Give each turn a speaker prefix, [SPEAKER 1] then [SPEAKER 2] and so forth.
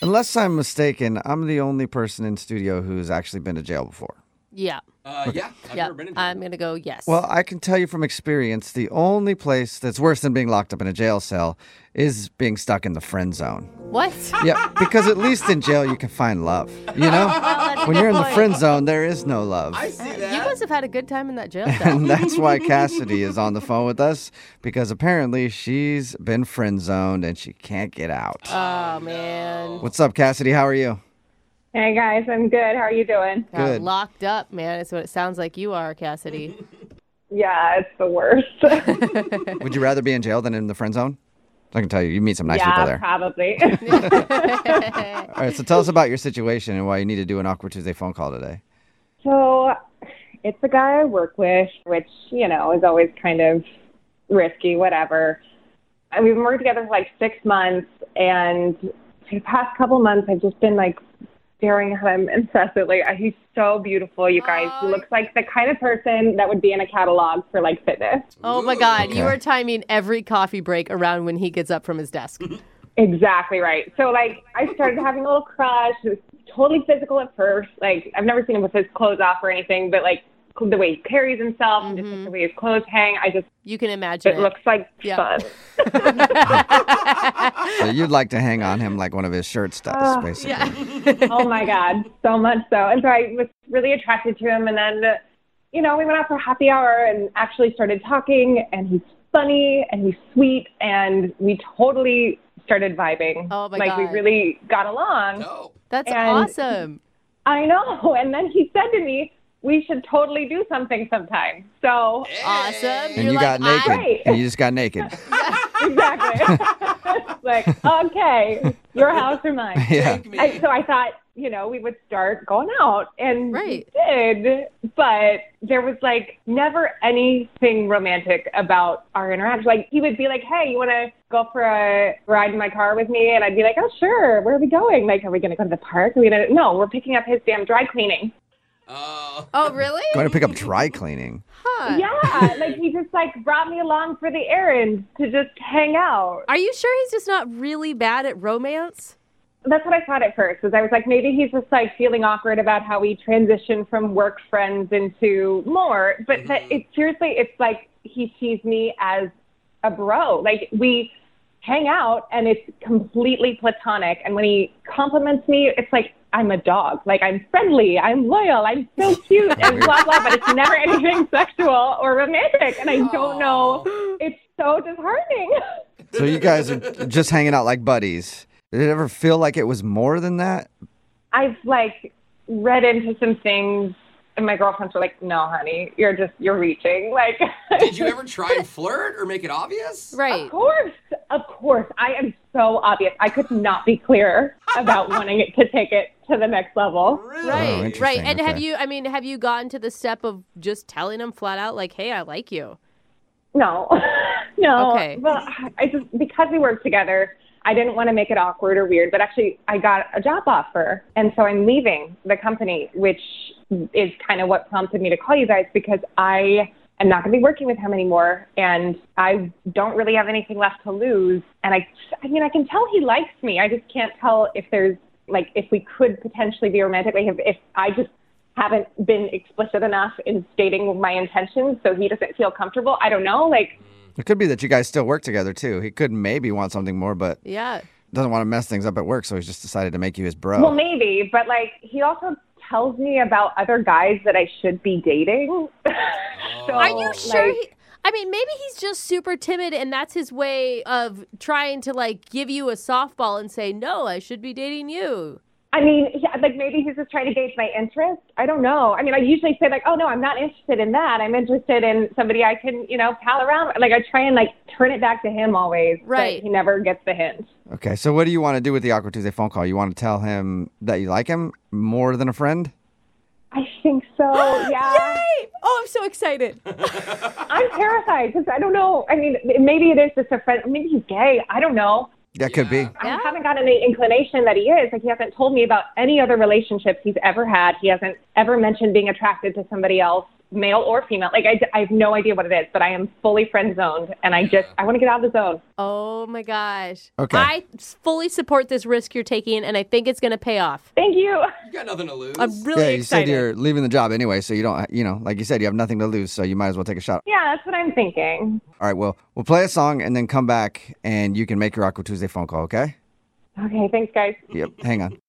[SPEAKER 1] Unless I'm mistaken, I'm the only person in studio who's actually been to jail before.
[SPEAKER 2] Yeah.
[SPEAKER 3] Uh, yeah, I've
[SPEAKER 2] Yeah. um,
[SPEAKER 3] never been in jail.
[SPEAKER 2] I'm going to go yes.
[SPEAKER 1] Well, I can tell you from experience, the only place that's worse than being locked up in a jail cell is being stuck in the friend zone.
[SPEAKER 2] what?
[SPEAKER 1] Yeah, because at least in jail you can find love, you know?
[SPEAKER 2] a
[SPEAKER 1] When you're in the
[SPEAKER 2] good
[SPEAKER 1] friend zone, there is no love.
[SPEAKER 3] I see
[SPEAKER 2] You
[SPEAKER 3] that.
[SPEAKER 2] must have had a good time in that jail cell.
[SPEAKER 1] And that's why Cassidy is on the phone with us because apparently she's been friend zoned and she can't get out.
[SPEAKER 2] oh, man.
[SPEAKER 1] What's up, Cassidy? How are you?
[SPEAKER 4] Hey guys, I'm good. How are you doing?
[SPEAKER 2] Got
[SPEAKER 1] Good.
[SPEAKER 2] locked up, man. Is what it sounds like you are, Cassidy.
[SPEAKER 4] Yeah, it's the worst.
[SPEAKER 1] Would you rather be in jail than in the friend zone? I can tell you, you meet some nice people
[SPEAKER 4] yeah,
[SPEAKER 1] there.
[SPEAKER 4] probably.
[SPEAKER 1] All right, so tell us about your situation and why you need to do an Awkward Tuesday phone call today.
[SPEAKER 4] so, it's a guy I work with, which you know is always kind of risky, whatever. And we've been working together for like six months, and for the past couple months, I've just been like staring at him incessantly. Uh, He's so beautiful, you guys. he looks like the kind of person that would be in a catalog for like fitness.
[SPEAKER 2] Oh my God,
[SPEAKER 1] Okay.
[SPEAKER 2] you are timing every coffee break around when he gets up from his desk.
[SPEAKER 4] Exactly right. So like I started having a little crush. It was totally physical at first. Like I've never seen him with his clothes off or anything, but like cl- the way he carries himself and just like, the way his clothes hang, I just
[SPEAKER 2] You can imagine.
[SPEAKER 4] it
[SPEAKER 2] It
[SPEAKER 4] looks like
[SPEAKER 2] Mm-hmm. Yeah.
[SPEAKER 4] fun.
[SPEAKER 1] So you'd like to hang on him like one of his shirts does,
[SPEAKER 2] Uh,
[SPEAKER 1] basically.
[SPEAKER 4] oh my god, so much so. And so I was really attracted to him, and then uh, you know we went out for happy hour and actually started talking. And he's funny and he's sweet, and we totally started vibing.
[SPEAKER 2] Oh my
[SPEAKER 4] like we
[SPEAKER 2] God.
[SPEAKER 4] really got along.
[SPEAKER 3] Oh,
[SPEAKER 2] That's
[SPEAKER 4] And-
[SPEAKER 2] awesome.
[SPEAKER 4] I know. And then he said to me, we should totally do something sometime. So,
[SPEAKER 2] Awesome.
[SPEAKER 1] And
[SPEAKER 2] You're
[SPEAKER 1] you
[SPEAKER 2] like,
[SPEAKER 1] got naked.
[SPEAKER 2] I-
[SPEAKER 4] Right.
[SPEAKER 1] And you just got naked.
[SPEAKER 4] exactly. like, okay, your house or mine.
[SPEAKER 1] Yeah.
[SPEAKER 3] take me.
[SPEAKER 4] I, so I thought, you know, we would start going out. And
[SPEAKER 2] Right.
[SPEAKER 4] we did. But there was like never anything romantic about our interaction. Like, he would be like, hey, you want to go for a ride in my car with me? And I'd be like, oh, sure. Where are we going? Like, are we going to go to the park? Are we going to, no, we're picking up his damn dry cleaning.
[SPEAKER 3] Oh.
[SPEAKER 2] Oh, really?
[SPEAKER 1] Going to pick up dry cleaning.
[SPEAKER 2] Huh.
[SPEAKER 4] Yeah, like he just like brought me along for the errand to just hang out.
[SPEAKER 2] Are you sure he's just not really bad at romance?
[SPEAKER 4] That's what I thought at first. Is I was like, maybe he's just like feeling awkward about how we transitioned from work friends into more. But that it seriously, it's like he sees me as a bro. Like we hang out and it's completely platonic. And when he compliments me, it's like I'm a dog. Like I'm friendly, I'm loyal, I'm so cute, and blah blah. But it's never anything sexual or romantic. And I don't know. It's so disheartening.
[SPEAKER 1] So you guys are just hanging out like buddies. Did it ever feel like it was more than that?
[SPEAKER 4] I've like read into some things, and my girlfriends were like, "No, honey, you're just you're reaching." Like,
[SPEAKER 3] Did you ever try and flirt or make it obvious?
[SPEAKER 2] Right.
[SPEAKER 4] of course, of course, I am so obvious. I could not be clearer about wanting it to take it to the next level.
[SPEAKER 3] Really?
[SPEAKER 1] Oh,
[SPEAKER 2] Right,
[SPEAKER 1] interesting.
[SPEAKER 2] right. And have
[SPEAKER 1] Okay.
[SPEAKER 2] you, I mean, have you gotten to the step of just telling him flat out, like, hey, I like you?
[SPEAKER 4] No, no.
[SPEAKER 2] Okay.
[SPEAKER 4] Well, I just because we worked together. I didn't want to make it awkward or weird, but actually, I got a job offer. And so I'm leaving the company, which is kind of what prompted me to call you guys because I am not going to be working with him anymore. And I don't really have anything left to lose. And I, I mean, I can tell he likes me. I just can't tell if there's like, if we could potentially be romantic, like if, if I just haven't been explicit enough in stating my intentions so he doesn't feel comfortable. I don't know. Like,
[SPEAKER 1] It could be that you guys still work together too. He could maybe want something more, but
[SPEAKER 2] Yeah.
[SPEAKER 1] doesn't want to mess things up at work, so he's just decided to make you his bro.
[SPEAKER 4] Well, maybe, but like he also tells me about other guys that I should be dating. so,
[SPEAKER 2] Are you sure?
[SPEAKER 4] Oh, like,
[SPEAKER 2] he, I mean, maybe he's just super timid, and that's his way of trying to like give you a softball and say, "No, I should be dating you."
[SPEAKER 4] I mean, yeah, like maybe he's just trying to gauge my interest. I don't know. I mean, I usually say like, "Oh no, I'm not interested in that. I'm interested in somebody I can, you know, pal around." with." Like I try and like turn it back to him always. but
[SPEAKER 2] Right.
[SPEAKER 4] he never gets the hint.
[SPEAKER 1] Okay, so what do you want to do with the Awkward Tuesday phone call? You want to tell him that you like him more than a friend?
[SPEAKER 4] I think so. Yeah.
[SPEAKER 2] Hey! Oh, I'm so excited.
[SPEAKER 4] I'm terrified because I don't know. I mean, maybe it is just a friend. Maybe he's gay. I don't know.
[SPEAKER 1] That could be.
[SPEAKER 4] I
[SPEAKER 2] Yeah.
[SPEAKER 4] haven't gotten any inclination that he is. Like he hasn't told me about any other relationships he's ever had. He hasn't ever mentioned being attracted to somebody else. male or female. Like I, d- I have no idea what it is, but I am fully friend zoned, and I just I want to get out of the zone.
[SPEAKER 2] Oh my gosh.
[SPEAKER 1] Okay.
[SPEAKER 2] I s- fully support this risk you're taking, and I think it's going to pay off.
[SPEAKER 4] Thank you.
[SPEAKER 3] You got nothing to lose.
[SPEAKER 2] I'm really
[SPEAKER 1] yeah, you
[SPEAKER 2] excited.
[SPEAKER 1] said you're leaving the job anyway, so you don't, you know, like you said, you have nothing to lose, so you might as well take a shot.
[SPEAKER 4] Yeah, that's what I'm thinking.
[SPEAKER 1] All right, well, we'll play a song and then come back and you can make your Aqua Tuesday phone call, okay?
[SPEAKER 4] Okay, thanks, guys.
[SPEAKER 1] Yep. Hang on.